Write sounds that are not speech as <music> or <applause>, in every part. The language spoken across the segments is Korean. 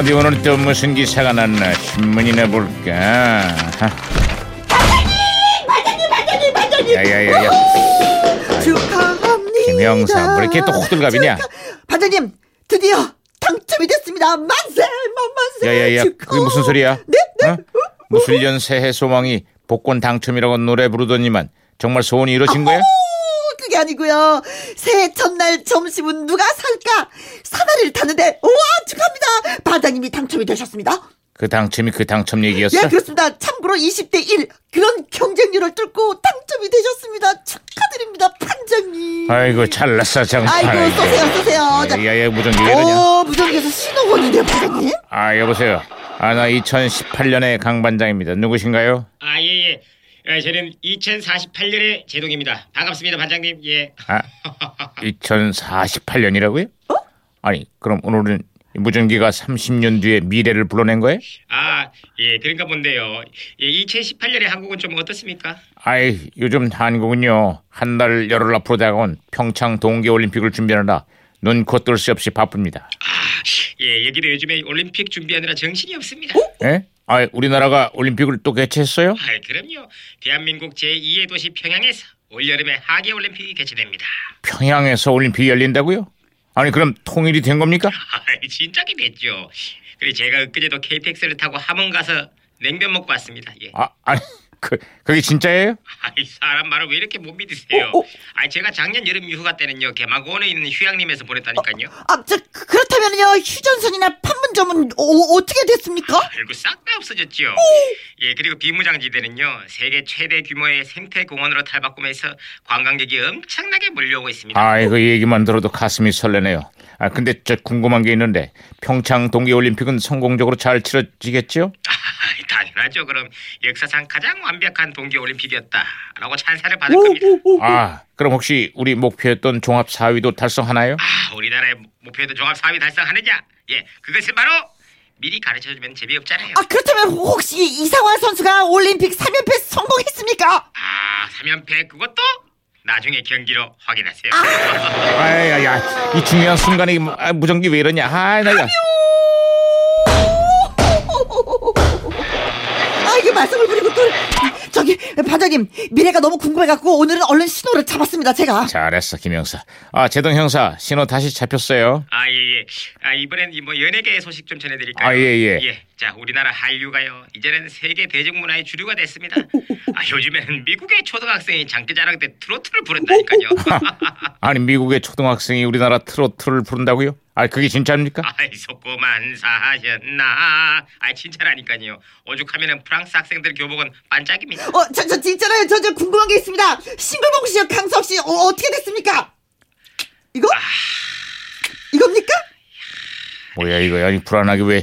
어디 오늘 또 무슨 기사가 났나 신문이나 볼까. 반장님, 반장님, 반장님. 야야야야 축하합니다. 김영삼, 왜 이렇게 또 호들갑이냐? 축하- 반장님, 드디어 당첨이 됐습니다. 만세, 만만세. 야야야 축하. 그게 무슨 소리야? 네, 네. 어? 무술년 새해 소망이 복권 당첨이라고 노래 부르더니만 정말 소원이 이루어진 거야? 오, 그게 아니고요. 새해 첫날 점심은 누가 살까? 사다리를 타는데, 우와, 축하합니다. 반장님이 당첨이 되셨습니다. 그 당첨이 그 당첨 얘기였어? 예, 그렇습니다. 참고로 20대 1 그런 경쟁률을 뚫고 당첨이 되셨습니다. 축하드립니다, 반장님. 아이고 잘났어 정말. 아이고, 쏘세요, 쏘세요. 자, 야야야 무전기 왜 이러냐? 어, 무전기에서 신호가 오는데요, 부장님? 아 여보세요. 아 나 2018년의 강 반장입니다. 누구신가요? 아, 예, 예. 어, 저는 2048년의 제동입니다. 반갑습니다, 반장님. 예. 아 2048년이라고요? 아니 그럼 오늘은 이 무전기가 30년 뒤의 미래를 불러낸 거예요? <laughs> 아, 예, 그런가 본데요. 예, 2018년의 한국은 좀 어떻습니까? 아이 요즘 한국은요 한 달 열흘 앞으로 다가온 평창 동계올림픽을 준비하느라 눈코 뜰 새 없이 바쁩니다. 아, 예, 여기도 요즘에 올림픽 준비하느라 정신이 없습니다. 예? 아 우리나라가 올림픽을 또 개최했어요? 아, 그럼요. 대한민국 제2의 도시 평양에서 올여름에 하계 올림픽이 개최됩니다. 평양에서 올림픽이 열린다고요? 아니 그럼 통일이 된 겁니까? 아, 진짜겠죠. 그리고 제가 엊그제도 KTX를 타고 함흥 가서 냉면 먹고 왔습니다. 예. 아 아니 그 그게 진짜예요? 아이 사람 말을 왜 이렇게 못 믿으세요? 아 제가 작년 여름 휴가 때는요 개마고원에 있는 휴양림에서 보냈다니까요. 아, 저, 그- 그렇다면요, 휴전선이나 판문점은 어, 어떻게 됐습니까? 결국 싹 다 없어졌죠. 예 그리고 비무장지대는요 세계 최대 규모의 생태 공원으로 탈바꿈해서 관광객이 엄청나게 몰려오고 있습니다. 아이 그 얘기만 들어도 가슴이 설레네요. 아 근데 저 궁금한 게 있는데 평창 동계올림픽은 성공적으로 잘 치러지겠죠? 아이, 당연하죠. 그럼 역사상 가장 완벽한 동계올림픽이었다라고 찬사를 받을 겁니다. 아 그럼 혹시 우리 목표였던 종합 4위도 달성하나요? 아 우리나라의 목표도 종합 4위 달성하느냐? 예 그것은 바로 미리 가르쳐주면 재미없잖아요. 아, 그렇다면 혹시 이상화 선수가 올림픽 3연패 성공했습니까? 아, 3연패 그것도 나중에 경기로 확인하세요. 아, 아야야 이 중요한 순간에 이 무- 아, 무전기 왜 이러냐? 아나야 아, 이게 말썽을 부리고 또. 저기, 반장님, 미래가 너무 궁금해갖고 오늘은 얼른 신호를 잡았습니다, 제가. 잘했어 김 형사. 아 제동 형사 신호 다시 잡혔어요. 아, 예, 예. 아, 이번엔 이 뭐 연예계 소식 좀 전해드릴까요? 아, 예, 예. 자, 우리나라 한류가요. 이제는 세계 대중문화의 주류가 됐습니다. 아, 요즘에는 미국의 초등학생이 장기자랑 때 트로트를 부른다니까요. <laughs> 아니 미국의 초등학생이 우리나라 트로트를 부른다고요? 아 그게 진짜입니까? 아이, 속고만 사셨나. 아, 진짜라니까요. 오죽하면은 프랑스 학생들 교복은 반짝입니다. 어, 저, 저, 진짜로요. 저, 저 궁금한 게 있습니다. 싱글봉 씨, 강석 씨, 어, 어떻게 됐습니까? 이거? 이겁니까? 뭐야 이거 아니 불안하게 왜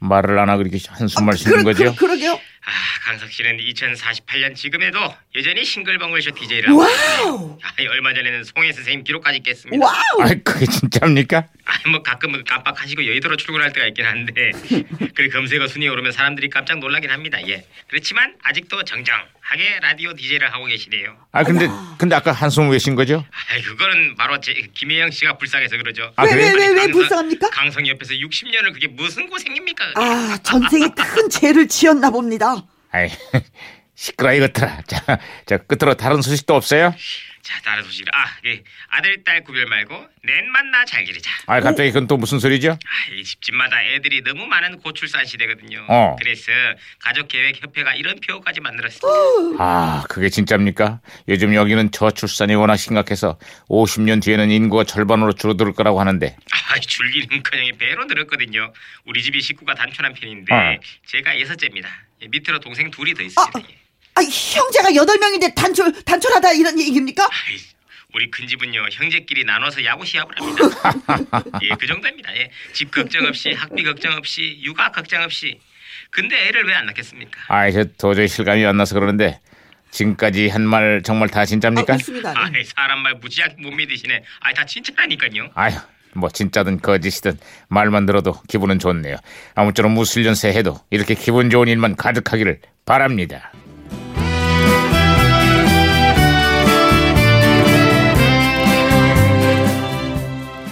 말을 안 하고 이렇게 한숨만 쉬는 아, 그러- 거죠? 그러- 그러게요. 아, 강석 씨는 2048년 지금에도 여전히 싱글벙글쇼 DJ라고. 와우! 아, 얼마 전에는 송혜 선생님 기록까지 깼습니다. 와우! 아 그게 진짜입니까? 아, 뭐 가끔은 깜빡하시고 여의도로 출근할 때가 있긴 <laughs> 한데 그래 검색어 순위에 오르면 사람들이 깜짝 놀라긴 합니다. 예. 그렇지만 아직도 정정하게 라디오 DJ를 하고 계시네요. 아 근데 근데 아까 한숨 외신 거죠? 아, 그거는 바로 제 김혜영 씨가 불쌍해서 그러죠. 아, 왜, 그래요? 왜, 왜, 왜 강석- 불쌍합니까? 강성 옆에서 60년을 그게 무슨 고생입니까? 아, 전생에 큰 죄를 지었나 봅니다. 아이 <laughs> 시끄러 이것들아. 자, 자 끝으로 다른 소식도 없어요? 자, 다른 소식. 아, 예. 아들 딸 구별 말고 넷 만나 잘 기르자. 아 갑자기 그건 또 무슨 소리죠? 아, 이 집집마다 애들이 너무 많은 고출산 시대거든요. 어. 그래서 가족계획협회가 이런 표까지 만들었습니다. 아, 그게 진짜입니까? 요즘 여기는 저출산이 워낙 심각해서 50년 뒤에는 인구가 절반으로 줄어들 거라고 하는데. 아, 줄기는커녕 배로 늘었거든요. 우리 집이 식구가 단촐한 편인데 어. 제가 여섯째입니다. 예, 밑으로 동생 둘이 더 아, 있습니다. 예. 아, 형제가 여덟 명인데 단촐, 단촐하다 이런 얘기입니까? 아이, 우리 큰 집은요 형제끼리 나눠서 야구 시합을 <laughs> 합니다. 예, 그 정도입니다. 예. 집 걱정 없이 학비 걱정 없이 육아 걱정 없이. 근데 애를 왜 안 낳겠습니까? 아이, 저 도저히 실감이 안 나서 그러는데 지금까지 한 말 정말 다 진짜입니까? 아, 맞습니다. 네. 아, 사람 말 무지하게 못 믿으시네. 아, 다 진짜라니까요. 아휴, 뭐 진짜든 거짓이든 말만 들어도 기분은 좋네요. 아무쪼록 무술년 새해도 이렇게 기분 좋은 일만 가득하기를 바랍니다.